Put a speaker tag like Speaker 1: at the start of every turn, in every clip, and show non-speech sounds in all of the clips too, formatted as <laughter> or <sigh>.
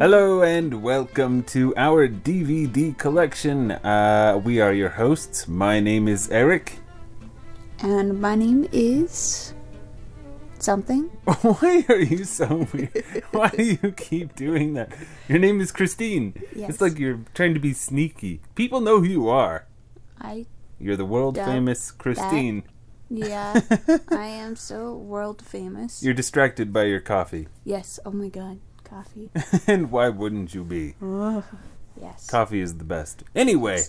Speaker 1: Hello and welcome to our DVD collection. Uh, we are your hosts. My name is Eric. <laughs>
Speaker 2: And my name is. Something?
Speaker 1: Why are you so weird? Why do you keep doing that? Your name is Christine. It's
Speaker 2: Yes.
Speaker 1: like you're trying to be sneaky. People know who you are.
Speaker 2: I.
Speaker 1: You're the world
Speaker 2: Dub
Speaker 1: famous Christine.
Speaker 2: Yeah. I am so world famous.
Speaker 1: You're distracted by your coffee. <laughs>
Speaker 2: yes. Oh my god. Coffee.
Speaker 1: and why wouldn't you be?
Speaker 2: Yes.
Speaker 1: Coffee is the best. Anyway,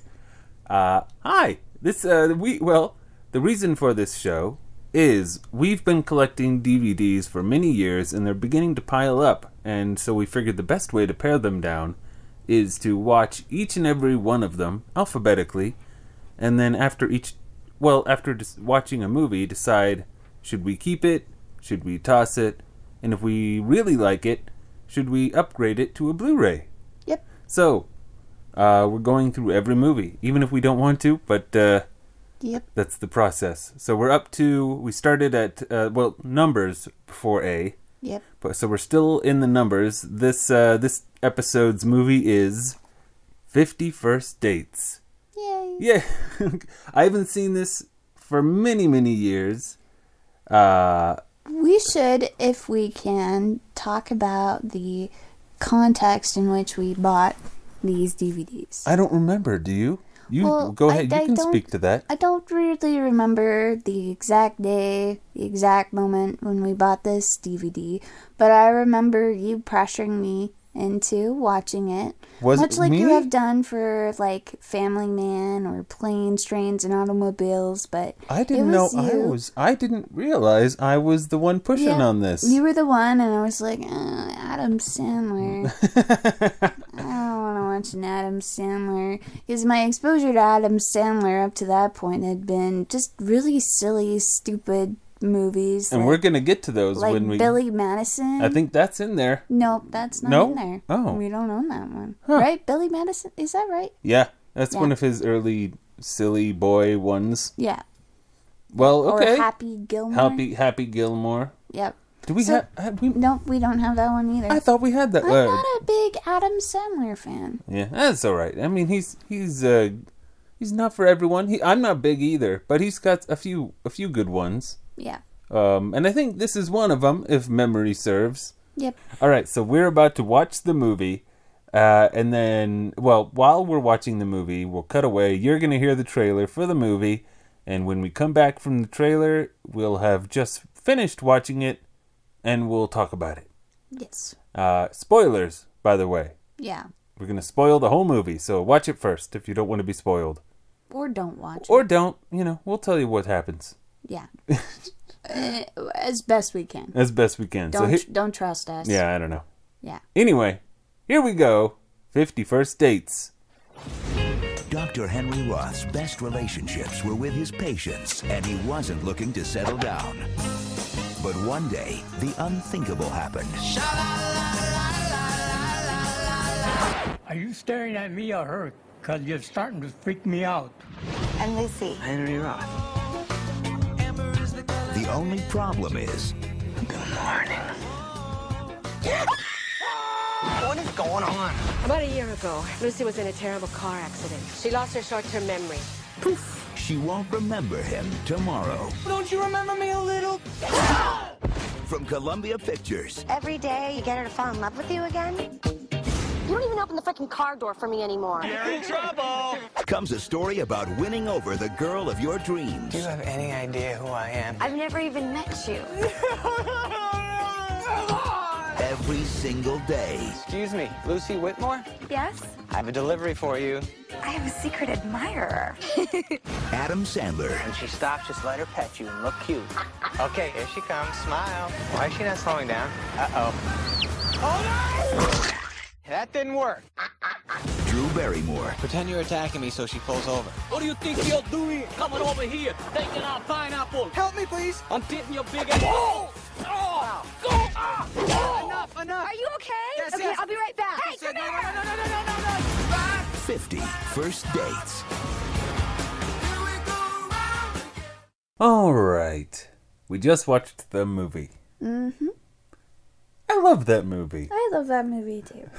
Speaker 1: uh, hi. This uh, we well, the reason for this show is we've been collecting DVDs for many years, and they're beginning to pile up. And so we figured the best way to pare them down is to watch each and every one of them alphabetically, and then after each, well, after dis- watching a movie, decide should we keep it, should we toss it, and if we really like it, should we upgrade it to a Blu-ray?
Speaker 2: Yep.
Speaker 1: So, uh, we're going through every movie, even if we don't want to, but uh,
Speaker 2: Yep.
Speaker 1: that's the process. So we're up to, we started at, uh, well, numbers before A,
Speaker 2: Yep.
Speaker 1: but so we're still in the numbers. This, uh, this episode's movie is 51st Dates.
Speaker 2: Yay.
Speaker 1: Yeah, <laughs> I haven't seen this for many, many years. Uh,
Speaker 2: We should, if we can, talk about the context in which we bought these DVDs.
Speaker 1: I don't remember, do you? You
Speaker 2: Well,
Speaker 1: go
Speaker 2: I-
Speaker 1: ahead, you
Speaker 2: I
Speaker 1: can
Speaker 2: don't-
Speaker 1: speak to that.
Speaker 2: I don't really remember the exact day, the exact moment when we bought this DVD, but I remember you pressuring me into watching it.
Speaker 1: Was it
Speaker 2: much like you
Speaker 1: me?
Speaker 2: have done for like Family Man or Planes, Trains and Automobiles, but
Speaker 1: I
Speaker 2: it
Speaker 1: didn't know
Speaker 2: was
Speaker 1: I
Speaker 2: you.
Speaker 1: was. I didn't realize I was the one pushing
Speaker 2: Yeah,
Speaker 1: on this.
Speaker 2: You were the one, and I was like, uh, Adam Sandler.
Speaker 1: <laughs>
Speaker 2: I don't want to watch an Adam Sandler. Because my exposure to Adam Sandler up to that point had been just really silly, stupid movies.
Speaker 1: and
Speaker 2: like,
Speaker 1: we're gonna get to those
Speaker 2: like
Speaker 1: when we.
Speaker 2: Billy Madison.
Speaker 1: I think that's in there.
Speaker 2: Nope, that's not
Speaker 1: No?
Speaker 2: in there.
Speaker 1: Oh.
Speaker 2: We don't own that one. Right? Billy Madison? Is that right?
Speaker 1: Yeah, that's
Speaker 2: Yeah.
Speaker 1: one of his early silly boy ones.
Speaker 2: Yeah.
Speaker 1: Well, okay.
Speaker 2: Or Happy Gilmore.
Speaker 1: Happy Happy Gilmore.
Speaker 2: Yep.
Speaker 1: Do we
Speaker 2: So-
Speaker 1: have? have we,
Speaker 2: Nope, we don't have that one either.
Speaker 1: I thought we had that.
Speaker 2: I'm
Speaker 1: uh,
Speaker 2: not a big Adam Sandler fan.
Speaker 1: yeah, that's all right. I mean, he's he's uh he's not for everyone. He, I'm not big either, but he's got a few a few good ones.
Speaker 2: Yeah.
Speaker 1: Um, and I think this is one of them, if memory serves.
Speaker 2: Yep.
Speaker 1: All right, so we're about to watch the movie. Uh, and then, well, while we're watching the movie, we'll cut away. You're going to hear the trailer for the movie. And when we come back from the trailer, we'll have just finished watching it and we'll talk about it.
Speaker 2: Yes.
Speaker 1: Uh, spoilers, by the way.
Speaker 2: Yeah.
Speaker 1: We're going to spoil the whole movie, so watch it first if you don't want to be spoiled.
Speaker 2: Or don't watch
Speaker 1: Or don't, you know, we'll tell you what happens <laughs>
Speaker 2: Yeah. Uh, as best we can.
Speaker 1: as best we can.
Speaker 2: Don't
Speaker 1: so,
Speaker 2: tr- don't trust us.
Speaker 1: he- yeah, I don't know.
Speaker 2: Yeah.
Speaker 1: Anyway, here we go 51st Dates.
Speaker 3: Dr. Henry Roth's best relationships were with his patients, and he wasn't looking to settle down. But one day, the unthinkable happened.
Speaker 4: Are you staring at me or her? Because you're starting to freak me out.
Speaker 5: I'm Lucy.
Speaker 6: Henry Roth.
Speaker 3: The only problem is
Speaker 6: What is going on?
Speaker 5: About a year ago, Lucy was in a terrible car accident. She lost her short-term memory.
Speaker 3: she won't remember him tomorrow.
Speaker 6: Don't you remember me a little?
Speaker 3: From Columbia Pictures,
Speaker 7: Every day you get her to fall in love with you again?
Speaker 5: You don't even open the freaking car door for me anymore.
Speaker 3: comes a story about winning over the girl of your dreams.
Speaker 6: Do you have any idea who I am?
Speaker 7: I've never even met you.
Speaker 3: Every single day,
Speaker 6: Excuse me, Lucy Whitmore?
Speaker 7: Yes?
Speaker 6: I have a delivery for you.
Speaker 7: I have a secret admirer.
Speaker 3: Adam Sandler
Speaker 6: When she stops, just let her pet you and look cute. Okay, here she comes. Smile. Why is she not slowing down? Uh-oh. That didn't work.
Speaker 3: Drew Barrymore.
Speaker 6: Pretend you're attacking me so she pulls over.
Speaker 8: What do you think you're doing? Coming over here, taking our pineapple.
Speaker 6: Help me, please.
Speaker 8: I'm taking your big ass. Oh! Oh! Go! Ah!
Speaker 6: Enough, enough.
Speaker 7: Are you okay?
Speaker 6: Yes,
Speaker 7: okay,
Speaker 6: yes.
Speaker 7: I'll be right back. Hey,
Speaker 6: No,
Speaker 7: come
Speaker 6: no,
Speaker 7: here!
Speaker 6: no, no, no, no, no, no.
Speaker 3: 50 First Dates.
Speaker 1: All right. We just watched the movie. Mm-hmm. I love that movie.
Speaker 2: I love that movie too.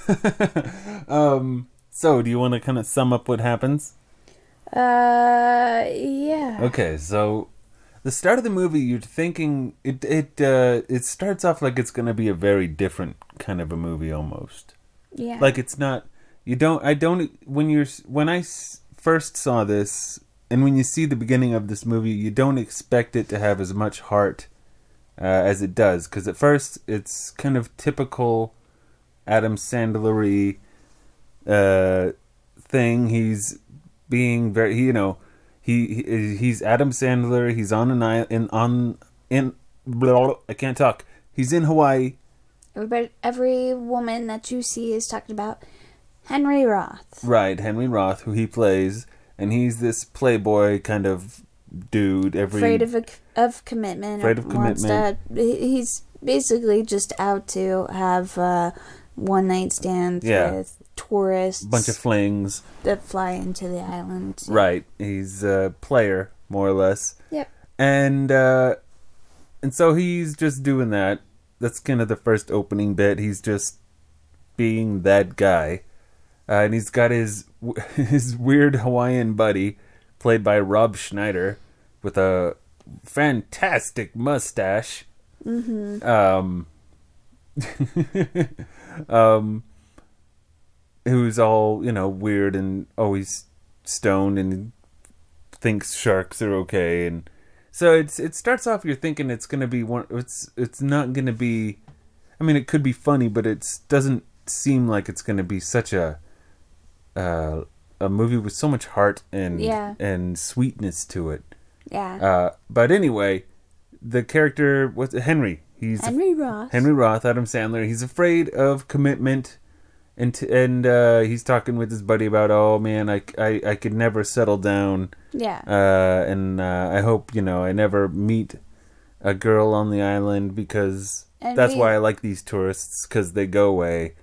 Speaker 1: So, do you want to kind of sum up what happens?
Speaker 2: Uh, yeah.
Speaker 1: Okay, so the start of the movie, you're thinking it it uh, it starts off like it's going to be a very different kind of a movie almost.
Speaker 2: Yeah.
Speaker 1: Like it's not you don't I don't when you're when I s- first saw this and when you see the beginning of this movie, you don't expect it to have as much heart uh, as it does because at first it's kind of typical Adam Sandlery uh, thing. He's being very, he- you know, he, he he's Adam Sandler. He's on an island in on in. Blah, blah, I can't talk. He's in Hawaii.
Speaker 2: Everybody, every woman that you see is talking about Henry Roth.
Speaker 1: Right, Henry Roth, who he plays, and he's this playboy kind of dude. Every
Speaker 2: Afraid of a, of commitment.
Speaker 1: Afraid of
Speaker 2: wants
Speaker 1: commitment.
Speaker 2: to- he- he's basically just out to have uh, one night stands
Speaker 1: Yeah.
Speaker 2: with tourists
Speaker 1: bunch of flings.
Speaker 2: that fly into the island.
Speaker 1: Right, he's a player more or less.
Speaker 2: Yep.
Speaker 1: and uh and so he's just doing that that's kind of the first opening bit he's just being that guy uh, and he's got his <laughs> his weird hawaiian buddy played by rob schneider with a fantastic mustache um um who's all you know weird and always stoned and thinks sharks are okay and so it's it starts off you're thinking it's gonna be one it's it's not gonna be I mean it could be funny but it doesn't seem like it's gonna be such a uh, a movie with so much heart and
Speaker 2: Yeah.
Speaker 1: and sweetness to it.
Speaker 2: Yeah.
Speaker 1: Uh, but anyway, the character what's Henry he's
Speaker 2: Henry
Speaker 1: Uh,
Speaker 2: Roth.
Speaker 1: Henry Roth, Adam Sandler. He's afraid of commitment, and t- and uh, he's talking with his buddy about, oh man, I, I, I could never settle down,
Speaker 2: Yeah.
Speaker 1: uh, and uh, I hope you know I never meet a girl on the island because
Speaker 2: And
Speaker 1: that's
Speaker 2: we-
Speaker 1: why I like these tourists because they go away.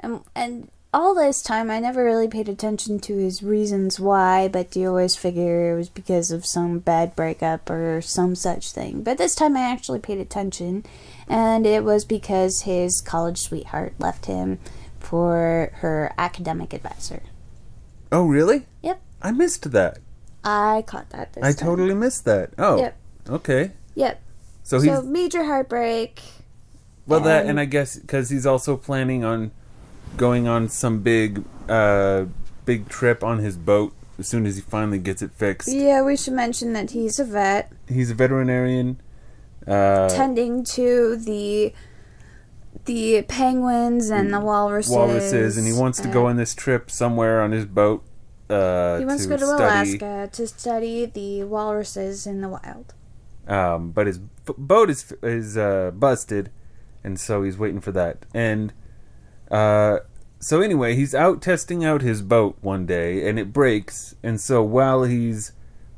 Speaker 2: And, Um, and all this time, I never really paid attention to his reasons why, but you always figure it was because of some bad breakup or some such thing. But this time, I actually paid attention, and it was because his college sweetheart left him for her academic advisor.
Speaker 1: Oh really?
Speaker 2: Yep,
Speaker 1: I missed that.
Speaker 2: I caught that this
Speaker 1: I
Speaker 2: time.
Speaker 1: totally missed that. Oh,
Speaker 2: Yep.
Speaker 1: okay.
Speaker 2: Yep.
Speaker 1: So he's
Speaker 2: So major heartbreak.
Speaker 1: Well, that
Speaker 2: Um,
Speaker 1: and I guess because he's also planning on going on some big, uh, big trip on his boat as soon as he finally gets it fixed.
Speaker 2: Yeah, we should mention that he's a vet.
Speaker 1: He's a veterinarian. Uh,
Speaker 2: tending to the the penguins and the walruses.
Speaker 1: walruses, and he wants to go on this trip somewhere on his boat. Uh,
Speaker 2: He wants to, go to
Speaker 1: study.
Speaker 2: Alaska to study the walruses in the wild.
Speaker 1: um, but his b- boat is is uh, busted, and so he's waiting for that. And uh, so anyway, he's out testing out his boat one day, and it breaks. And so while he's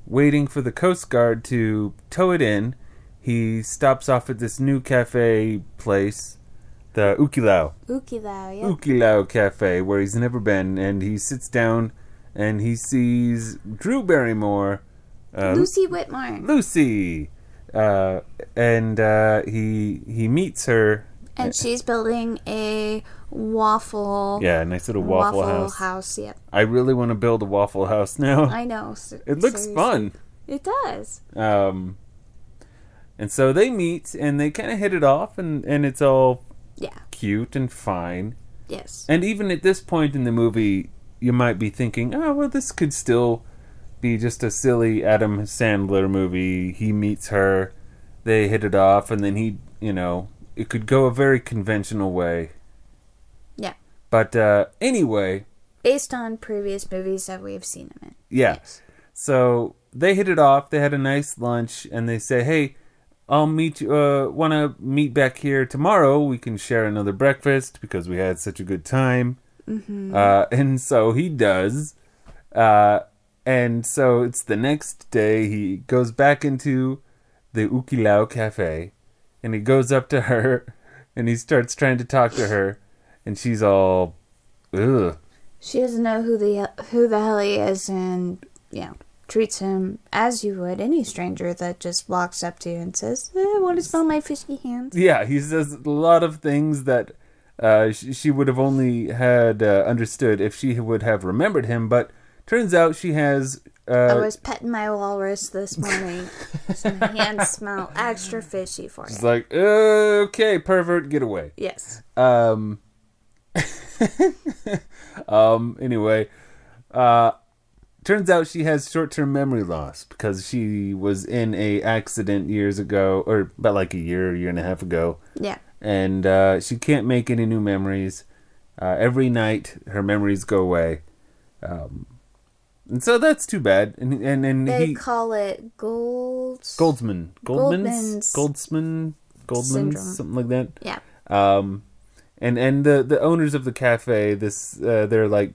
Speaker 1: waiting for the Coast Guard to tow it in, he stops off at this new cafe place, the Ukilau.
Speaker 2: Ukilau, yeah.
Speaker 1: Ukilau Cafe, where he's never been, and he sits down and he sees Drew Barrymore, uh,
Speaker 2: Lucy Whitmore
Speaker 1: Lucy, uh, and uh, he he meets her.
Speaker 2: and she's building a waffle
Speaker 1: Yeah, a nice little waffle, house.
Speaker 2: Yep,
Speaker 1: I really want to build a waffle house now.
Speaker 2: I know. ser-
Speaker 1: <laughs> it looks
Speaker 2: seriously.
Speaker 1: fun.
Speaker 2: It does.
Speaker 1: Um, and so they meet and they kind of hit it off, and and it's all
Speaker 2: Yeah.
Speaker 1: cute and fine.
Speaker 2: Yes.
Speaker 1: And even at this point in the movie, you might be thinking, oh, well, this could still be just a silly Adam Sandler movie. He meets her, they hit it off, and then he, you know, it could go a very conventional way.
Speaker 2: Yeah.
Speaker 1: But uh, anyway,
Speaker 2: Based on previous movies that we've seen him in.
Speaker 1: yeah. So they hit it off. They had a nice lunch, and they say, "Hey, I'll meet you. Uh, Want to meet back here tomorrow? We can share another breakfast because we had such a good time." Uh, and so he does. Uh, and so it's the next day. He goes back into the Ukilau Cafe, and he goes up to her, <laughs> and he starts trying to talk to her, and she's all, "Ugh."
Speaker 2: She doesn't know who the who the hell he is, and yeah, treats him as you would any stranger that just walks up to you and says, eh, "Want to smell my fishy hands?"
Speaker 1: Yeah, he says a lot of things that uh, she, she would have only had uh, understood if she would have remembered him, but turns out she has.
Speaker 2: I
Speaker 1: Uh,
Speaker 2: was petting my
Speaker 1: <laughs>
Speaker 2: walrus this morning. so my hands smell extra fishy for
Speaker 1: it's
Speaker 2: you.
Speaker 1: like, okay, pervert, get away.
Speaker 2: Yes.
Speaker 1: Um. um. Anyway, uh, turns out she has short-term memory loss because she was in a accident years ago, or about like a year, year and a half ago,
Speaker 2: Yeah.
Speaker 1: and uh, she can't make any new memories. Uh, every night, her memories go away. Um, and so that's too bad. And and and
Speaker 2: They
Speaker 1: he
Speaker 2: call it gold.
Speaker 1: Goldsman, Goldman's,
Speaker 2: Goldman's-
Speaker 1: Goldsman, Goldman,
Speaker 2: Syndrome.
Speaker 1: something like that
Speaker 2: Yeah.
Speaker 1: um and and the the owners of the cafe this uh, they're like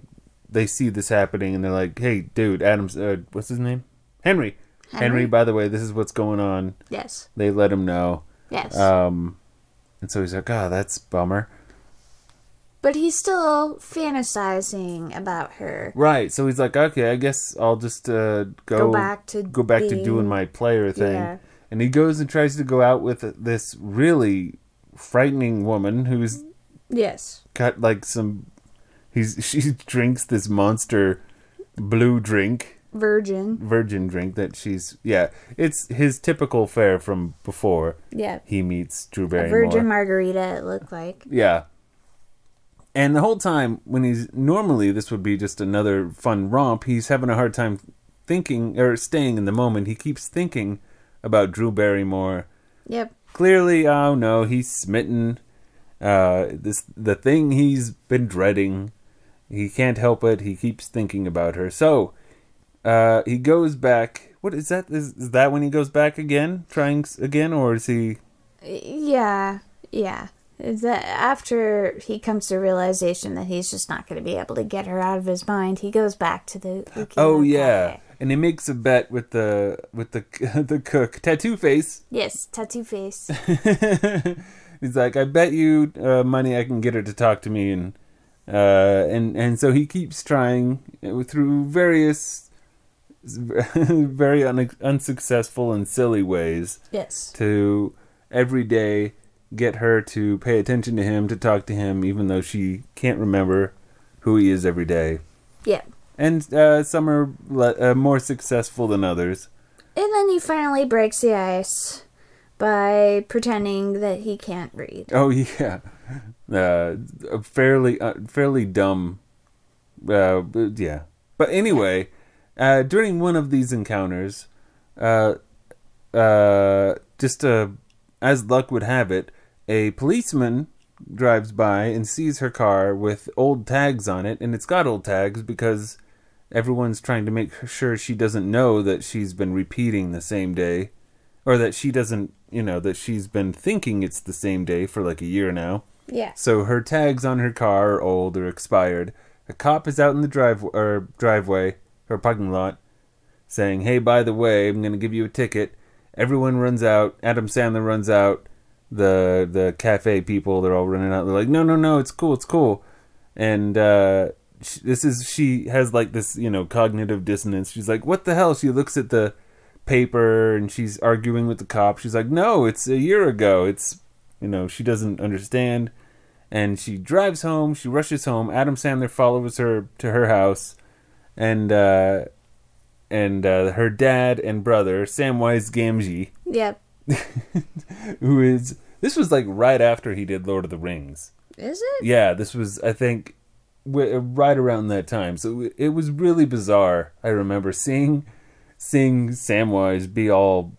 Speaker 1: they see this happening and they're like hey dude adams uh, what's his name henry. henry
Speaker 2: Henry?
Speaker 1: by the way this is what's going on
Speaker 2: Yes.
Speaker 1: they let him know
Speaker 2: Yes.
Speaker 1: um and so he's like oh that's a bummer
Speaker 2: but he's still fantasizing about her.
Speaker 1: right so he's like okay i guess i'll just uh go,
Speaker 2: Go back to
Speaker 1: go back to
Speaker 2: being-
Speaker 1: doing my player thing
Speaker 2: Yeah.
Speaker 1: and he goes and tries to go out with this really frightening woman who's
Speaker 2: Yes.
Speaker 1: got like some he's <laughs> she drinks this monster blue drink
Speaker 2: Virgin.
Speaker 1: virgin drink that she's yeah it's his typical fare from before
Speaker 2: Yeah.
Speaker 1: he meets drew
Speaker 2: A
Speaker 1: barrymore
Speaker 2: virgin margarita, it looked like.
Speaker 1: yeah and the whole time when he's normally this would be just another fun romp he's having a hard time thinking or staying in the moment he keeps thinking about drew barrymore
Speaker 2: Yep.
Speaker 1: clearly oh no he's smitten uh this the thing he's been dreading he can't help it he keeps thinking about her so uh he goes back what is that is, is that when he goes back again trying s- again or is he
Speaker 2: Yeah. Yeah. Is that after he comes to realization that he's just not going to be able to get her out of his mind, he goes back to the. Ukino
Speaker 1: oh yeah
Speaker 2: Cafe.
Speaker 1: and he makes a bet with the with the <laughs> the cook tattoo face <laughs>
Speaker 2: Yes, tattoo face.
Speaker 1: He's like, I bet you uh, money I can get her to talk to me, and uh, and and so he keeps trying uh, through various, <laughs> very un- unsuccessful and silly ways
Speaker 2: <laughs> yes.
Speaker 1: to every day get her to pay attention to him, to talk to him, even though she can't remember who he is every day.
Speaker 2: Yeah.
Speaker 1: And uh, some are le- uh, more successful than others.
Speaker 2: And then he finally breaks the ice by pretending that he can't read.
Speaker 1: Oh <laughs> yeah, uh, a fairly uh, fairly dumb. Uh, but yeah, but anyway, uh, during one of these encounters, uh, uh, just uh, as luck would have it, a policeman drives by and sees her car with old tags on it, and it's got old tags because everyone's trying to make sure she doesn't know that she's been repeating the same day or that she doesn't, you know, that she's been thinking it's the same day for like a year now.
Speaker 2: Yeah.
Speaker 1: So her tags on her car are old or expired. A cop is out in the drive or driveway or parking lot, saying, "Hey, by the way, I'm going to give you a ticket." Everyone runs out. Adam Sandler runs out. The the cafe people they're all running out. They're like, "No, no, no! It's cool, it's cool." And uh, sh this is she has like this you know cognitive dissonance. She's like, "What the hell?" She looks at the paper and she's arguing with the cop. She's like, "No, it's a year ago. It's you know she doesn't understand." and she drives home. She rushes home. Adam Sandler follows her to her house, and uh, and uh, her dad and brother Samwise Gamgee,
Speaker 2: Yep.
Speaker 1: who is this was like right after he did Lord of the Rings.
Speaker 2: Is it?
Speaker 1: Yeah, this was I think w- right around that time. So it was really bizarre. I remember seeing seeing Samwise be all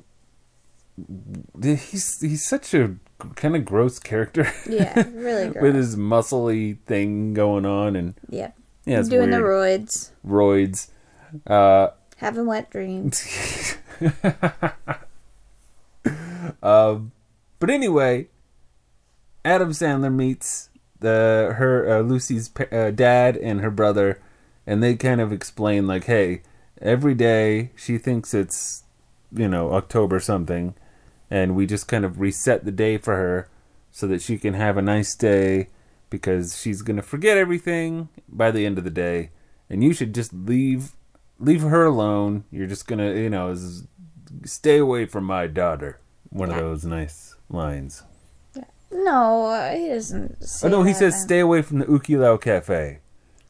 Speaker 1: he's he's such a kind of gross character. <laughs>
Speaker 2: Yeah. Really
Speaker 1: with
Speaker 2: gross.
Speaker 1: his muscly thing going on and
Speaker 2: Yep.
Speaker 1: yeah, it's
Speaker 2: Doing
Speaker 1: weird.
Speaker 2: the roids,
Speaker 1: roids. Uh,
Speaker 2: having wet dreams.
Speaker 1: but anyway, Adam Sandler meets the her uh, Lucy's pa- uh, dad and her brother, and they kind of explain like, hey, every day she thinks it's you know October something, and we just kind of reset the day for her so that she can have a nice day because she's gonna forget everything by the end of the day, and you should just leave leave her alone. You're just gonna, you know, s- stay away from my daughter. One of those nice lines.
Speaker 2: No, he doesn't. Say
Speaker 1: Oh no, he
Speaker 2: that
Speaker 1: says
Speaker 2: then.
Speaker 1: stay away from the Ukilau Cafe.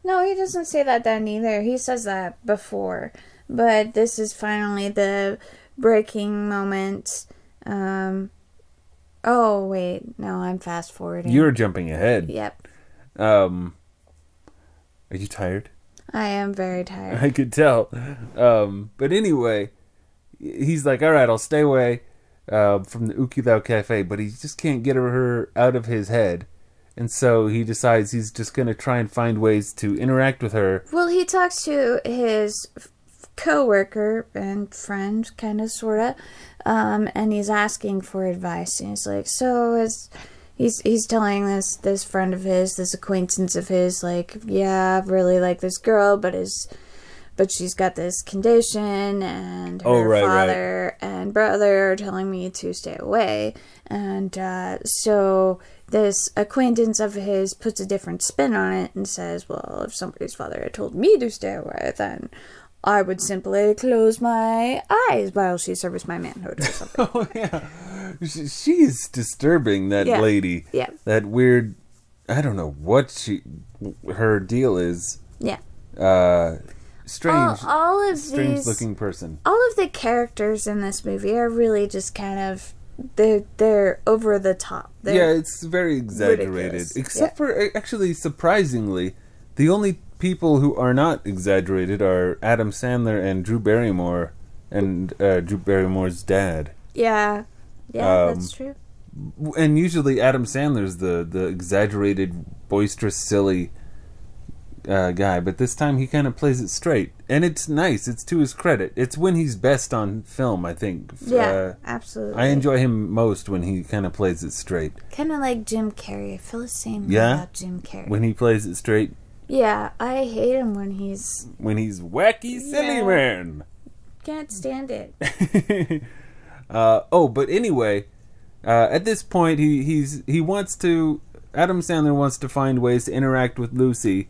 Speaker 2: No, he doesn't say that then either. He says that before. But this is finally the breaking moment. Um Oh wait, no, I'm fast forwarding.
Speaker 1: You're jumping ahead.
Speaker 2: Yep.
Speaker 1: Um, are you tired? <laughs>
Speaker 2: I am very tired.
Speaker 1: I could tell. Um, but anyway, he's like, all right, I'll stay away uh, from the Ukilau Cafe, but he just can't get her out of his head. And so he decides he's just going to try and find ways to interact with her.
Speaker 2: Well, he talks to his f- coworker and friend, kind of, sorta, um, and he's asking for advice. And he's like, "So is." He's, he's telling this this friend of his this acquaintance of his like yeah I really like this girl but is but she's got this condition and her
Speaker 1: Oh, right, right.
Speaker 2: father and brother are telling me to stay away and uh, so this acquaintance of his puts a different spin on it and says well if somebody's father had told me to stay away then i would simply close my eyes while she serves my manhood or something
Speaker 1: <laughs> Oh, yeah. She, she's disturbing, that
Speaker 2: Yeah.
Speaker 1: lady.
Speaker 2: Yeah.
Speaker 1: That weird, I don't know what she, her deal is.
Speaker 2: yeah
Speaker 1: Uh,
Speaker 2: all,
Speaker 1: strange,
Speaker 2: Uh, all of
Speaker 1: strange
Speaker 2: these
Speaker 1: looking person.
Speaker 2: all of the characters in this movie are really just kind of they're they're over the top
Speaker 1: yeah,
Speaker 2: they're
Speaker 1: it's very exaggerated.
Speaker 2: ridiculous.
Speaker 1: Except
Speaker 2: Yeah.
Speaker 1: for eh, actually, surprisingly, the only people who are not exaggerated are Adam Sandler and Drew Barrymore, and uh, Drew Barrymore's dad.
Speaker 2: yeah yeah
Speaker 1: Um,
Speaker 2: that's true
Speaker 1: W- And usually, Adam Sandler's the the exaggerated, boisterous, silly uh, guy. But this time, he kind of plays it straight, and it's nice. It's to his credit. It's when he's best on film, I think. F-
Speaker 2: yeah
Speaker 1: uh,
Speaker 2: absolutely
Speaker 1: I enjoy him most when he kind of plays it straight.
Speaker 2: Kind of like Jim Carrey. I feel the same way
Speaker 1: Yeah?
Speaker 2: about Jim Carrey.
Speaker 1: When he plays it straight,
Speaker 2: yeah, I hate him when he's
Speaker 1: when he's wacky, silly
Speaker 2: Yeah.
Speaker 1: man.
Speaker 2: can't stand it.
Speaker 1: Uh, oh, but anyway, uh, at this point, he he's he wants to. Adam Sandler wants to find ways to interact with Lucy,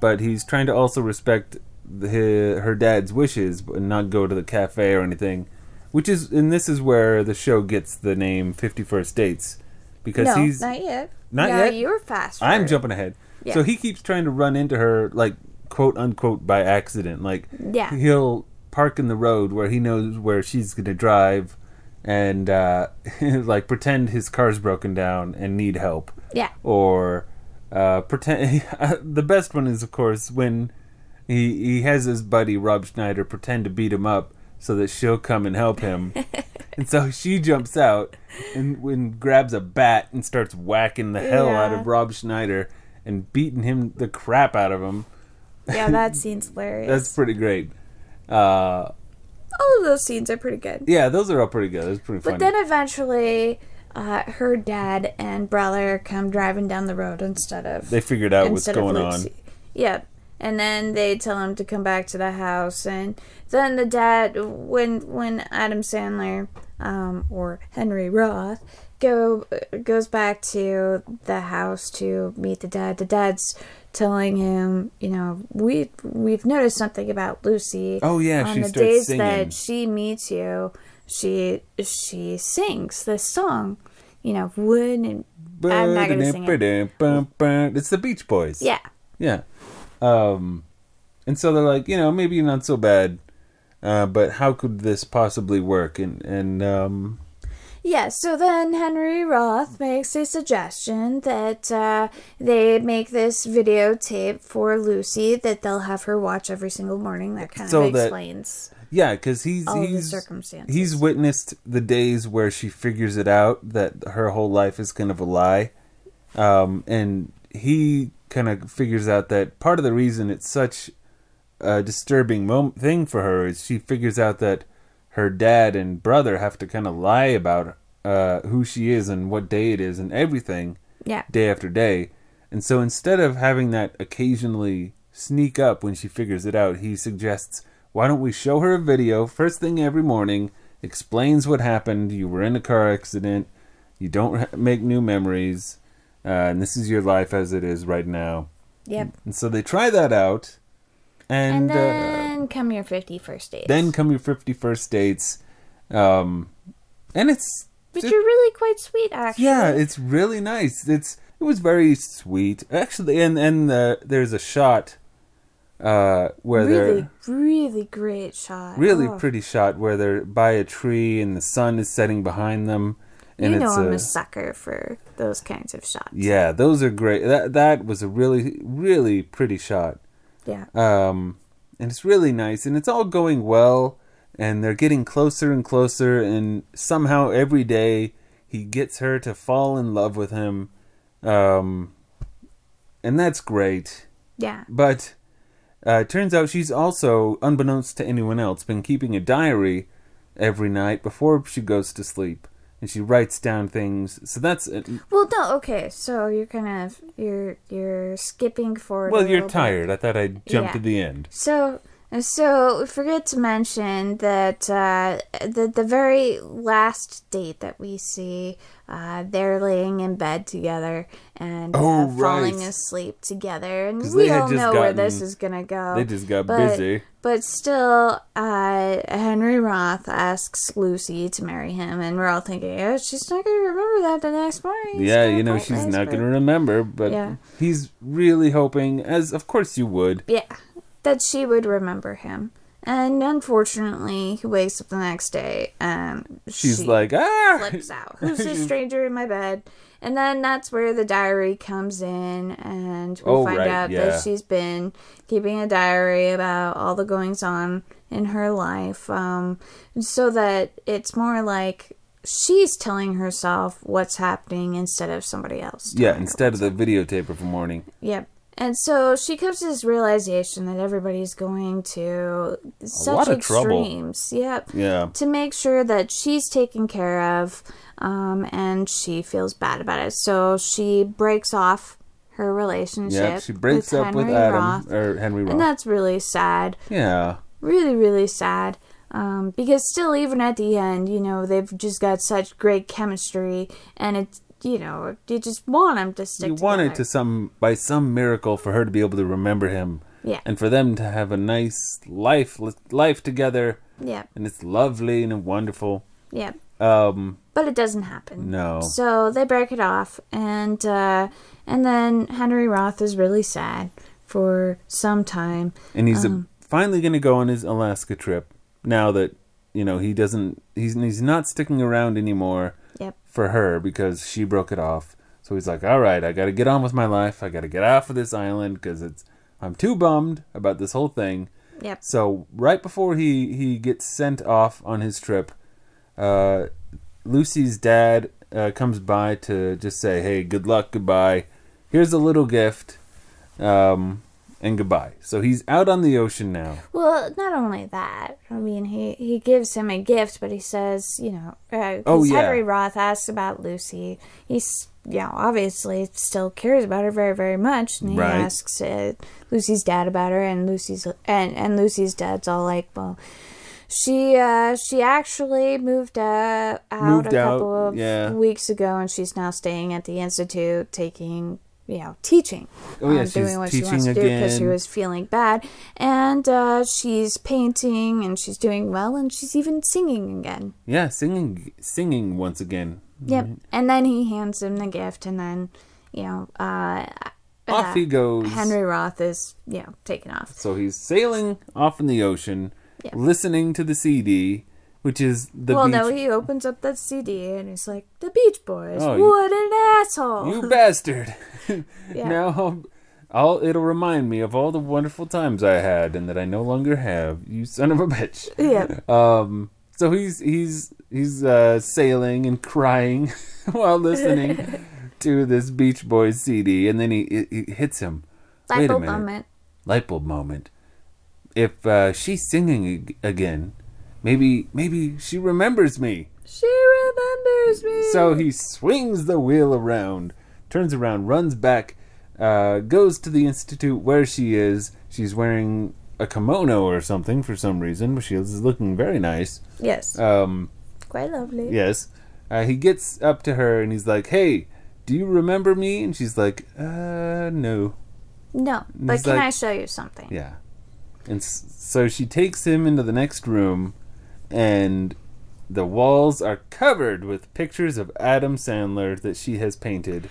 Speaker 1: but he's trying to also respect the, her, her dad's wishes and not go to the cafe or anything. Which is, and this is where the show gets the name Fifty First Dates, because
Speaker 2: No,
Speaker 1: he's
Speaker 2: not yet.
Speaker 1: Not
Speaker 2: no,
Speaker 1: yet?
Speaker 2: You're fast.
Speaker 1: I'm
Speaker 2: forward.
Speaker 1: jumping ahead.
Speaker 2: Yeah.
Speaker 1: So he keeps trying to run into her, like quote unquote, by accident. Like
Speaker 2: Yeah.
Speaker 1: he'll park in the road where he knows where she's gonna drive, and uh, <laughs> like pretend his car's broken down and need help.
Speaker 2: Yeah.
Speaker 1: Or uh, pretend. <laughs> the best one is, of course, when he he has his buddy Rob Schneider pretend to beat him up so that she'll come and help
Speaker 2: <laughs>
Speaker 1: him. And so she jumps out and, and grabs a bat and starts whacking the hell out
Speaker 2: Yeah.
Speaker 1: of Rob Schneider and beating him the crap out of him.
Speaker 2: Yeah, that scene's hilarious.
Speaker 1: That's pretty great. Uh,
Speaker 2: All of those scenes are pretty good.
Speaker 1: yeah, those are all pretty good. That's pretty funny.
Speaker 2: But then eventually, uh, her dad and brother come driving down the road instead of
Speaker 1: they figured out what's
Speaker 2: instead of
Speaker 1: going on.
Speaker 2: Lucy. Yep. And then they tell him to come back to the house, and then the dad, when when Adam Sandler, um, or Henry Roth, go goes back to the house to meet the dad. The dad's telling him, you know, we we've noticed something about Lucy.
Speaker 1: Oh, yeah,
Speaker 2: on
Speaker 1: she
Speaker 2: the
Speaker 1: starts
Speaker 2: days
Speaker 1: singing.
Speaker 2: that she meets you, she she sings this song, you know, wouldn't. I'm not gonna sing it.
Speaker 1: It's the Beach Boys.
Speaker 2: Yeah.
Speaker 1: Yeah. Um, and so they're like, you know, maybe you're not so bad, uh, but how could this possibly work? And and um,
Speaker 2: Yeah, so then Henry Roth makes a suggestion that uh, they make this videotape for Lucy that they'll have her watch every single morning. That kind
Speaker 1: So
Speaker 2: of
Speaker 1: that-
Speaker 2: explains.
Speaker 1: yeah, because he's
Speaker 2: All of the
Speaker 1: he's
Speaker 2: circumstances.
Speaker 1: he's witnessed the days where she figures it out that her whole life is kind of a lie, um, and he kind of figures out that part of the reason it's such a disturbing mom- thing for her is she figures out that her dad and brother have to kind of lie about uh, who she is and what day it is and everything.
Speaker 2: Yeah.
Speaker 1: day after day. And so instead of having that occasionally sneak up when she figures it out, he suggests, why don't we show her a video first thing every morning, explains what happened, you were in a car accident, you don't ha- make new memories, uh, and this is your life as it is right now.
Speaker 2: Yep.
Speaker 1: And so they try that out, and,
Speaker 2: And
Speaker 1: uh,
Speaker 2: then Then come your 51st dates.
Speaker 1: Then come your 51st dates. Um, and it's.
Speaker 2: Which are
Speaker 1: it-
Speaker 2: really quite sweet, actually.
Speaker 1: yeah, it's really nice. It's It was very sweet. Actually, and, and the, there's a shot uh, where
Speaker 2: really,
Speaker 1: they're.
Speaker 2: really great shot.
Speaker 1: Really
Speaker 2: Oh,
Speaker 1: pretty shot where they're by a tree and the sun is setting behind them. And
Speaker 2: You know
Speaker 1: it's uh,
Speaker 2: I'm
Speaker 1: a,
Speaker 2: a sucker for those kinds of shots.
Speaker 1: Yeah, those are great. That that was a really really pretty shot.
Speaker 2: Yeah.
Speaker 1: Um and it's really nice and it's all going well and they're getting closer and closer and somehow every day he gets her to fall in love with him. Um and that's great.
Speaker 2: yeah.
Speaker 1: But uh, it turns out she's also, unbeknownst to anyone else, been keeping a diary every night before she goes to sleep. And she writes down things. So that's uh,
Speaker 2: Well, no, okay. So you're kind of you're you're skipping forward.
Speaker 1: Well,
Speaker 2: a
Speaker 1: you're
Speaker 2: little bit.
Speaker 1: tired. I thought I'd jump
Speaker 2: Yeah.
Speaker 1: to the end.
Speaker 2: So, so we forget to mention that uh, the the very last date that we see, uh, they're laying in bed together and
Speaker 1: Oh,
Speaker 2: uh, falling
Speaker 1: right.
Speaker 2: asleep together, and
Speaker 1: 'Cause
Speaker 2: we
Speaker 1: they had
Speaker 2: all know
Speaker 1: just
Speaker 2: where
Speaker 1: gotten-
Speaker 2: this is gonna go.
Speaker 1: they just got
Speaker 2: But-
Speaker 1: busy.
Speaker 2: But still, uh, Henry Roth asks Lucy to marry him, and we're all thinking, "Oh, she's not gonna remember that the next morning." It's
Speaker 1: yeah,
Speaker 2: kinda
Speaker 1: you know,
Speaker 2: quite
Speaker 1: she's
Speaker 2: nice,
Speaker 1: not
Speaker 2: but-
Speaker 1: going to remember, but
Speaker 2: Yeah.
Speaker 1: he's really hoping, as of course you would.
Speaker 2: Yeah, that she would remember him. And unfortunately, he wakes up the next day and
Speaker 1: She's
Speaker 2: she
Speaker 1: like, ah! <laughs>
Speaker 2: flips out. Who's this stranger in my bed? And then that's where the diary comes in, and we
Speaker 1: Oh,
Speaker 2: find
Speaker 1: right,
Speaker 2: out
Speaker 1: yeah.
Speaker 2: that she's been keeping a diary about all the goings on in her life, um, so that it's more like she's telling herself what's happening instead of somebody else.
Speaker 1: Yeah,
Speaker 2: telling her
Speaker 1: instead of the videotape of the morning.
Speaker 2: Yep. And so she comes to this realization that everybody's going to such
Speaker 1: lot of trouble.
Speaker 2: extremes. Yep.
Speaker 1: Yeah.
Speaker 2: To make sure that she's taken care of, um, and she feels bad about it. So she breaks off her relationship.
Speaker 1: Yeah, she breaks
Speaker 2: with
Speaker 1: up
Speaker 2: Henry
Speaker 1: with Adam,
Speaker 2: Roth,
Speaker 1: or Henry Roth.
Speaker 2: and that's really sad
Speaker 1: yeah.
Speaker 2: really really sad um, because still even at the end you know they've just got such great chemistry and it's you know you just want them to stick
Speaker 1: You
Speaker 2: together.
Speaker 1: wanted to some by some miracle for her to be able to remember him,
Speaker 2: Yeah.
Speaker 1: and for them to have a nice life life together,
Speaker 2: yeah
Speaker 1: and it's lovely and wonderful.
Speaker 2: yeah
Speaker 1: Um,
Speaker 2: but it doesn't happen
Speaker 1: No.
Speaker 2: so they break it off and uh, and then henry roth is really sad for some time
Speaker 1: and he's uh,
Speaker 2: Uh-huh.
Speaker 1: finally going to go on his Alaska trip now that you know he doesn't he's he's not sticking around anymore
Speaker 2: yep
Speaker 1: for her because she broke it off. So he's like, "All right, I got to get on with my life. I got to get off of this island because it's I'm too bummed about this whole thing."
Speaker 2: yep
Speaker 1: So right before he he gets sent off on his trip, uh, Lucy's dad uh, comes by to just say, "Hey, good luck, goodbye. Here's a little gift, um, and goodbye." So he's out on the ocean now.
Speaker 2: well not only that i mean he he gives him a gift but he says you know uh,
Speaker 1: Oh,
Speaker 2: 'cause
Speaker 1: yeah.
Speaker 2: henry roth asks about lucy he's you know obviously still cares about her very very much and he
Speaker 1: Right.
Speaker 2: asks uh, lucy's dad about her and lucy's and and lucy's dad's all like well she uh she actually moved uh, out
Speaker 1: Moved
Speaker 2: a
Speaker 1: out,
Speaker 2: couple of
Speaker 1: yeah.
Speaker 2: weeks ago and she's now staying at the institute taking you know teaching
Speaker 1: Oh, yeah,
Speaker 2: um,
Speaker 1: she's
Speaker 2: doing what she wants
Speaker 1: teaching
Speaker 2: to do because she
Speaker 1: again.
Speaker 2: was feeling bad. And uh, she's painting and she's doing well and she's even singing again.
Speaker 1: Yeah, singing singing once again.
Speaker 2: Yep. And then he hands him the gift and then, you know, uh,
Speaker 1: Off he goes.
Speaker 2: Henry Roth is, you know, taken off.
Speaker 1: So he's sailing off in the ocean,
Speaker 2: Yeah.
Speaker 1: listening to the CD, which is the
Speaker 2: well,
Speaker 1: beach.
Speaker 2: no, he opens up that CD and he's like, The Beach Boys.
Speaker 1: Oh, you-
Speaker 2: what an asshole. <laughs>
Speaker 1: You bastard! Now I'll, I'll it'll remind me of all the wonderful times I had and that I no longer have. You son of a bitch. <laughs>
Speaker 2: yeah.
Speaker 1: Um. So he's he's he's uh, sailing and crying <laughs> while
Speaker 2: <laughs>
Speaker 1: listening to this Beach Boys CD, and then he it, it hits him. Wait a
Speaker 2: Lightbulb
Speaker 1: minute.
Speaker 2: moment.
Speaker 1: Lightbulb moment. If uh, she's singing ag- again, maybe maybe she remembers me.
Speaker 2: She remembers me.
Speaker 1: So he swings the wheel around, turns around, runs back, uh, goes to the institute where she is. She's wearing a kimono or something for some reason. but She is looking very nice.
Speaker 2: yes.
Speaker 1: Um,
Speaker 2: Quite lovely.
Speaker 1: yes. Uh, he gets up to her and he's like, "Hey, do you remember me?" And she's like, "Uh, no."
Speaker 2: No, but
Speaker 1: It's
Speaker 2: can
Speaker 1: like-
Speaker 2: I show you something?
Speaker 1: Yeah. And s- so she takes him into the next room, and the walls are covered with pictures of Adam Sandler that she has painted.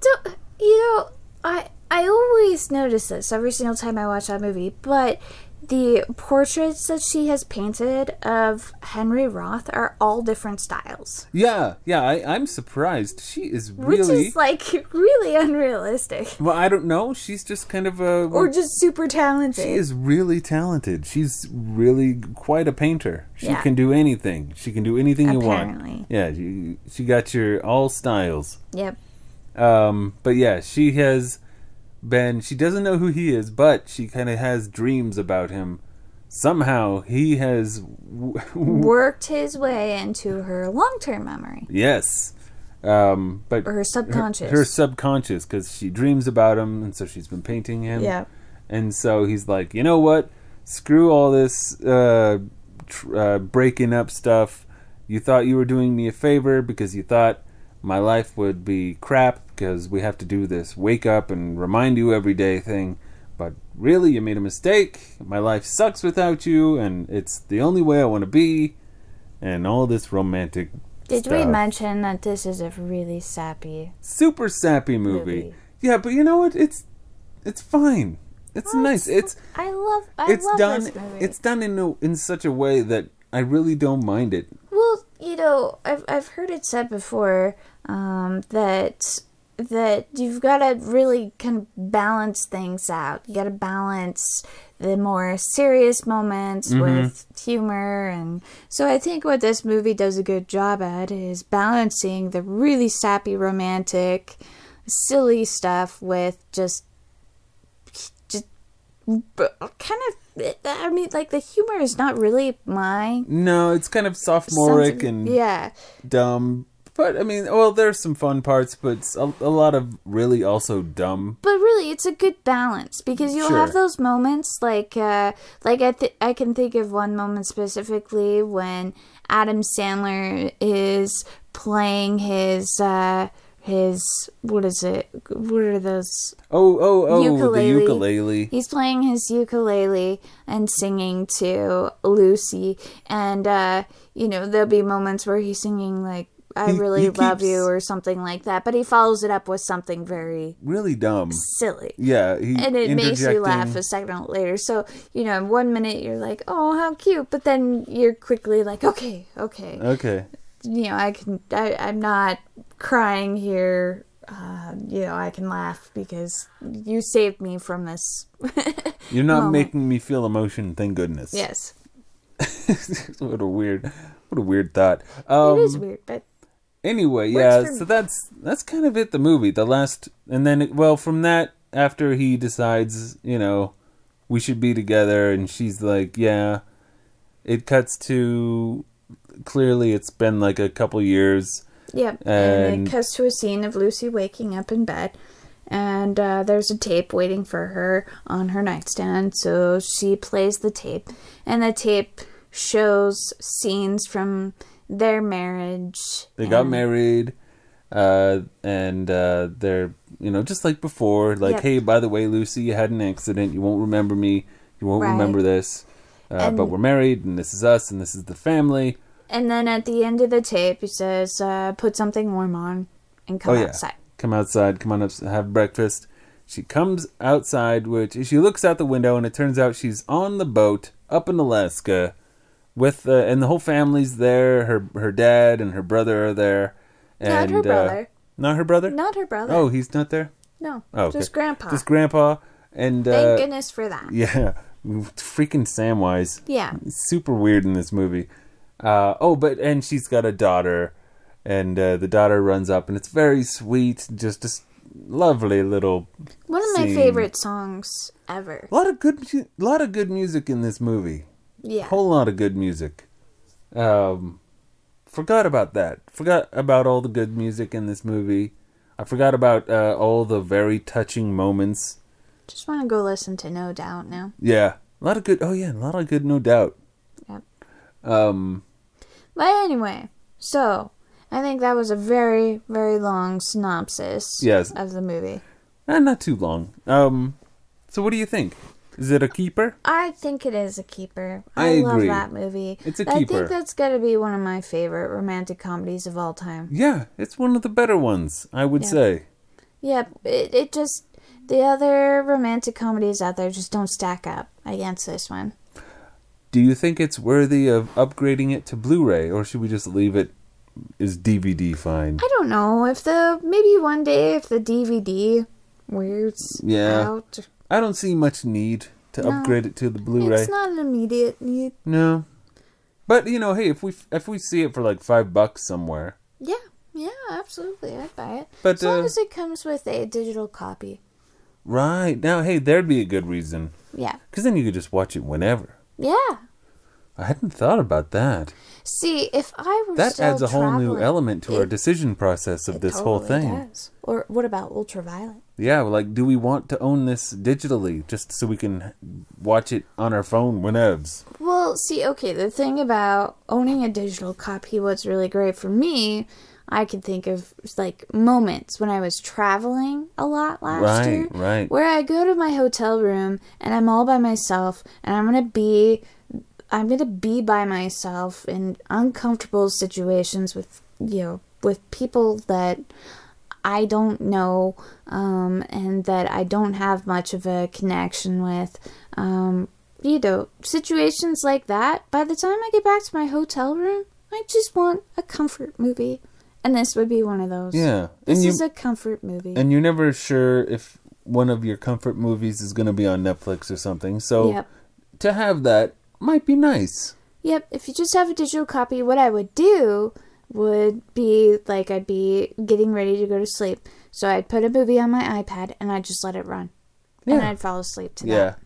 Speaker 2: Don't, you know, I I always notice this every single time I watch that movie, but the portraits that she has painted of Henry Roth are all different styles,
Speaker 1: Yeah, yeah, I, I'm surprised. She is
Speaker 2: which
Speaker 1: really.
Speaker 2: is like really unrealistic
Speaker 1: well, I don't know. She's just kind of a.
Speaker 2: or just super talented.
Speaker 1: She is really talented. She's really quite a painter. She
Speaker 2: Yeah.
Speaker 1: can do anything. She can do anything you
Speaker 2: Apparently.
Speaker 1: want. Yeah, she, she got your all styles.
Speaker 2: Yep.
Speaker 1: Um, but yeah, she has been. She doesn't know who he is, but she kind of has dreams about him. Somehow he has. W-
Speaker 2: Worked his way into her long term memory.
Speaker 1: yes. Um, but
Speaker 2: Or her subconscious.
Speaker 1: her subconscious, because she dreams about him, and so she's been painting him.
Speaker 2: Yeah.
Speaker 1: And so he's like, you know what? Screw all this uh, tr- uh, breaking up stuff. You thought you were doing me a favor because you thought my life would be crap because we have to do this wake up and remind you every day thing. But really, you made a mistake. My life sucks without you, and it's the only way I want to be. And all this romantic,
Speaker 2: Did we
Speaker 1: Stuff.
Speaker 2: mention that this is a really sappy?
Speaker 1: super sappy movie.
Speaker 2: Movie.
Speaker 1: Yeah, but you know what? It's it's fine. It's nice. It's
Speaker 2: I love. I
Speaker 1: it's
Speaker 2: love
Speaker 1: done
Speaker 2: this movie.
Speaker 1: it's done in a, in such a way that I really don't mind it.
Speaker 2: Well, you know, I've I've heard it said before um, that that you've got to really kind of balance things out. You got to balance the more serious moments with humor, and so I think what this movie does a good job at is balancing the really sappy, romantic, silly stuff with just just b- kind of. I mean, like the humor is not really my
Speaker 1: No, it's kind of sophomoric
Speaker 2: sense of-
Speaker 1: and
Speaker 2: yeah
Speaker 1: dumb. But I mean, well, there's some fun parts, but it's a, a lot of really also dumb.
Speaker 2: but really it's a good balance because you'll have
Speaker 1: Sure.
Speaker 2: those moments like uh like i th- i can think of one moment specifically when adam sandler is playing his uh his what is it what are those
Speaker 1: Oh, oh, oh,
Speaker 2: Ukulele.
Speaker 1: the ukulele.
Speaker 2: He's playing his ukulele and singing to Lucy, and uh, you know there'll be moments where he's singing like "I
Speaker 1: He-
Speaker 2: really
Speaker 1: he
Speaker 2: love
Speaker 1: keeps-
Speaker 2: you" or something like that, but he follows it up with something very
Speaker 1: Really dumb.
Speaker 2: silly.
Speaker 1: Yeah, he
Speaker 2: And it makes you laugh
Speaker 1: interjecting-
Speaker 2: a second later. So, you know, in one minute you're like, oh, how cute. But then you're quickly like, okay, okay.
Speaker 1: Okay.
Speaker 2: You know, I can, I, I'm not crying here. Uh, you know, I can laugh because you saved me from this. <laughs>
Speaker 1: You're not
Speaker 2: Moment.
Speaker 1: making me feel emotion, thank goodness.
Speaker 2: yes.
Speaker 1: <laughs> what a weird what a weird thought.
Speaker 2: It
Speaker 1: Um
Speaker 2: is weird, but
Speaker 1: anyway
Speaker 2: Works
Speaker 1: yeah
Speaker 2: for
Speaker 1: so
Speaker 2: me.
Speaker 1: that's that's kind of it the movie the last and then it, well from that after he decides you know we should be together and she's like yeah it cuts to clearly it's been like a couple years
Speaker 2: Yep. And,
Speaker 1: And-
Speaker 2: it cuts to a scene of Lucy waking up in bed, and uh, there's a tape waiting for her on her nightstand. So she plays the tape, and the tape shows scenes from their marriage. um,
Speaker 1: they got
Speaker 2: and-
Speaker 1: married uh and uh they're you know just like before like
Speaker 2: Yep.
Speaker 1: hey by the way lucy you had an accident you won't remember me you won't
Speaker 2: Right.
Speaker 1: remember this uh, but
Speaker 2: And-
Speaker 1: we're married and this is us and this is the family
Speaker 2: And then at the end of the tape, he says, uh, "Put something warm on and come outside."
Speaker 1: Oh, Come outside. Come on up. Have breakfast. She comes outside, which she looks out the window, and it turns out she's on the boat up in Alaska with, uh, and the whole family's there. Her her dad and her brother are there.
Speaker 2: Not
Speaker 1: And,
Speaker 2: her brother.
Speaker 1: Uh, not her brother.
Speaker 2: Not her brother.
Speaker 1: Oh, he's not there.
Speaker 2: no,
Speaker 1: Oh, okay.
Speaker 2: just grandpa.
Speaker 1: Just grandpa. And
Speaker 2: Thank
Speaker 1: uh,
Speaker 2: goodness for that.
Speaker 1: <laughs> yeah, freaking Samwise
Speaker 2: Yeah.
Speaker 1: super weird in this movie. Uh, oh, but and she's got a daughter, and uh, the daughter runs up, and it's very sweet, just a s- lovely little.
Speaker 2: One of my
Speaker 1: scene.
Speaker 2: favorite songs ever.
Speaker 1: A lot of good, mu- lot of good music in this movie.
Speaker 2: Yeah.
Speaker 1: Whole lot of good music. Um, forgot about that. Forgot about all the good music in this movie. I forgot about uh, all the very touching moments.
Speaker 2: Just want to go listen to No Doubt now.
Speaker 1: Yeah, a lot of good. Oh yeah, a lot of good, no doubt.
Speaker 2: Yep.
Speaker 1: Um,
Speaker 2: But anyway, so I think that was a very, very long synopsis
Speaker 1: Yes.
Speaker 2: of the movie.
Speaker 1: eh, not too long. Um, so what do you think? Is it a keeper?
Speaker 2: I think it is a keeper.
Speaker 1: I
Speaker 2: I, love
Speaker 1: agree.
Speaker 2: that movie.
Speaker 1: It's a
Speaker 2: I
Speaker 1: keeper.
Speaker 2: think that's got to be one of my favorite romantic comedies of all time.
Speaker 1: Yeah, it's one of the better ones, I would
Speaker 2: Yeah.
Speaker 1: say.
Speaker 2: Yeah, it, it just the other romantic comedies out there just don't stack up against this one.
Speaker 1: Do you think it's worthy of upgrading it to Blu-ray, or should we just leave it? Is DVD fine?
Speaker 2: I don't know if the maybe one day if the DVD wears
Speaker 1: Yeah.
Speaker 2: out,
Speaker 1: I don't see much need to upgrade it to the Blu-ray.
Speaker 2: it's not an immediate need.
Speaker 1: No, but you know, hey, if we if we see it for like five bucks somewhere,
Speaker 2: Yeah, yeah, absolutely, I'd buy it.
Speaker 1: But,
Speaker 2: as long
Speaker 1: uh,
Speaker 2: as it comes with a digital copy.
Speaker 1: right now, hey, there'd be a good reason,
Speaker 2: Yeah,
Speaker 1: because then you could just watch it whenever.
Speaker 2: yeah.
Speaker 1: I hadn't thought about that.
Speaker 2: See, if I were
Speaker 1: That
Speaker 2: still
Speaker 1: adds a whole new
Speaker 2: traveling-
Speaker 1: element to our
Speaker 2: It-
Speaker 1: decision process of
Speaker 2: it
Speaker 1: this whole
Speaker 2: totally
Speaker 1: thing.
Speaker 2: does. Or what about ultraviolet?
Speaker 1: Yeah, like, do we want to own this digitally just so we can watch it on our phone whenevs?
Speaker 2: Well, see, okay, the thing about owning a digital copy, what's really great for me, I can think of like moments when I was traveling a lot last
Speaker 1: Right,
Speaker 2: year,
Speaker 1: right.
Speaker 2: where I go to my hotel room and I'm all by myself, and I'm gonna be, I'm gonna be by myself in uncomfortable situations with you know with people that I don't know um, and that I don't have much of a connection with. Um, you know, situations like that, by the time I get back to my hotel room, I just want a comfort movie. And this would be one of those.
Speaker 1: Yeah,
Speaker 2: This
Speaker 1: and you
Speaker 2: is a comfort movie.
Speaker 1: and you're never sure if one of your comfort movies is going to be on Netflix or something. So
Speaker 2: Yep.
Speaker 1: to have that might be nice.
Speaker 2: Yep, if you just have a digital copy, what I would do would be like I'd be getting ready to go to sleep. So I'd put a movie on my iPad and I'd just let it run. And
Speaker 1: Yeah.
Speaker 2: I'd fall asleep to
Speaker 1: Yeah,
Speaker 2: that.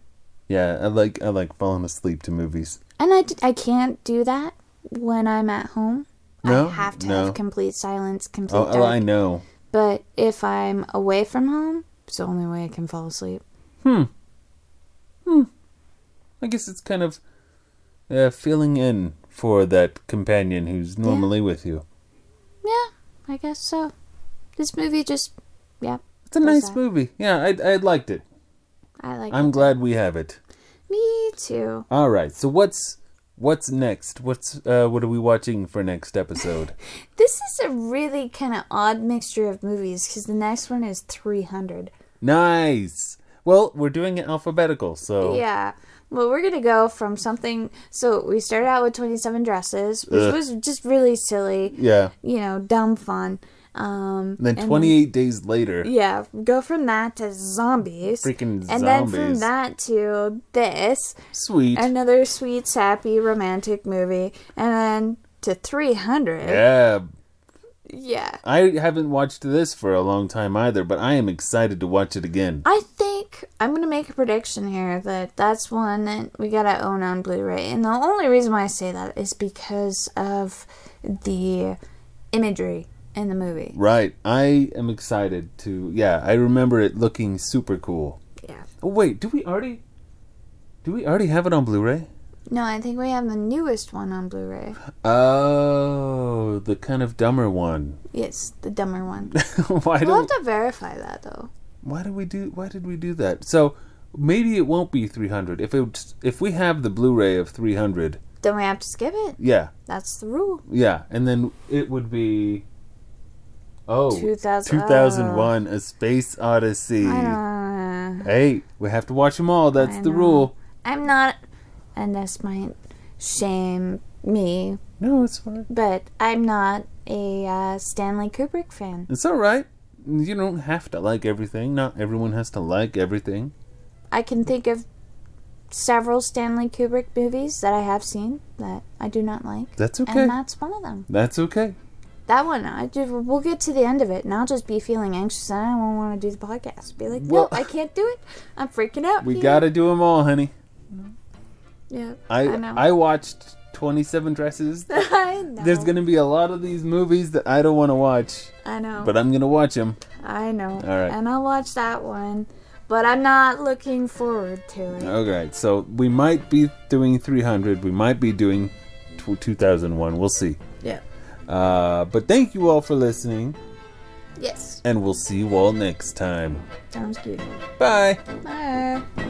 Speaker 1: yeah. I like I like falling asleep to movies.
Speaker 2: And I, d- I can't do that when I'm at home.
Speaker 1: No,
Speaker 2: I have to
Speaker 1: no.
Speaker 2: have complete silence, complete
Speaker 1: Oh,
Speaker 2: dark.
Speaker 1: oh, I know.
Speaker 2: But if I'm away from home, it's the only way I can fall asleep.
Speaker 1: I guess it's kind of uh, filling in for that companion who's normally with you.
Speaker 2: Yeah, I guess so. This movie just, yeah,
Speaker 1: It's a
Speaker 2: Does
Speaker 1: nice
Speaker 2: that.
Speaker 1: movie. Yeah, I I liked it.
Speaker 2: I like
Speaker 1: I'm
Speaker 2: it.
Speaker 1: glad we have it.
Speaker 2: Me too.
Speaker 1: All right. So what's what's next? What's uh, what are we watching for next
Speaker 2: <laughs>
Speaker 1: episode?
Speaker 2: This is a really kind of odd mixture of movies because the next one is 300.
Speaker 1: nice. Well, we're doing it alphabetical, so
Speaker 2: Yeah. Well, we're going to go from something. So we started out with 27 dresses, which
Speaker 1: Ugh.
Speaker 2: was just really silly,
Speaker 1: Yeah.
Speaker 2: you know, dumb fun. Um,
Speaker 1: And then 28 days later.
Speaker 2: Yeah, go from that to zombies.
Speaker 1: Freaking
Speaker 2: And then from
Speaker 1: zombies.
Speaker 2: that to this,
Speaker 1: Sweet.
Speaker 2: another sweet, sappy, romantic movie. And then to 300.
Speaker 1: yeah.
Speaker 2: Yeah.
Speaker 1: I haven't watched this for a long time either, but I am excited to watch it again.
Speaker 2: I think I'm going to make a prediction here that that's one that we got to own on Blu ray. And the only reason why I say that is because of the imagery in the movie.
Speaker 1: Right. I am excited to Yeah, I remember it looking super cool.
Speaker 2: Yeah.
Speaker 1: Oh wait, do we already Do we already have it on Blu-ray?
Speaker 2: No, I think we have the newest one on Blu ray.
Speaker 1: Oh, the kind of dumber one. <laughs>
Speaker 2: Yes, the dumber one.
Speaker 1: Why
Speaker 2: We'll have
Speaker 1: don't
Speaker 2: to verify that, though.
Speaker 1: why did we do why did we do that so maybe it won't be 300 if it if we have the blu-ray of 300
Speaker 2: Then we have to skip it.
Speaker 1: yeah
Speaker 2: That's the rule.
Speaker 1: yeah and then it would be oh
Speaker 2: 2000
Speaker 1: 2001
Speaker 2: oh.
Speaker 1: a space odyssey
Speaker 2: Uh,
Speaker 1: hey we have to watch them all that's
Speaker 2: I
Speaker 1: the
Speaker 2: know.
Speaker 1: rule
Speaker 2: I'm not, and this might shame me,
Speaker 1: no it's fine
Speaker 2: but I'm not a uh, Stanley Kubrick fan.
Speaker 1: it's all right you don't have to like everything not everyone has to like everything
Speaker 2: I can think of several Stanley Kubrick movies that I have seen that I do not like.
Speaker 1: That's okay.
Speaker 2: And that's one of them.
Speaker 1: that's okay
Speaker 2: That one, I just, we'll get to the end of it, and I'll just be feeling anxious, and I won't want to do the podcast. Be like,
Speaker 1: Well-
Speaker 2: no, I can't do it. I'm freaking
Speaker 1: <laughs>
Speaker 2: out.
Speaker 1: we
Speaker 2: here."
Speaker 1: gotta do them all honey
Speaker 2: Yeah,
Speaker 1: i
Speaker 2: I know.
Speaker 1: I watched 27 dresses
Speaker 2: <laughs> I know.
Speaker 1: There's gonna be a lot of these movies that I don't want to watch,
Speaker 2: I know.
Speaker 1: but I'm gonna watch them.
Speaker 2: I know.
Speaker 1: right.
Speaker 2: And I'll watch that one, but I'm not looking forward to it.
Speaker 1: Okay, so we might be doing 300, we might be doing tw 2001. We'll see.
Speaker 2: Yeah.
Speaker 1: Uh, but thank you all for listening,
Speaker 2: Yes.
Speaker 1: and we'll see you all next time.
Speaker 2: Sounds good.
Speaker 1: Bye.
Speaker 2: Bye.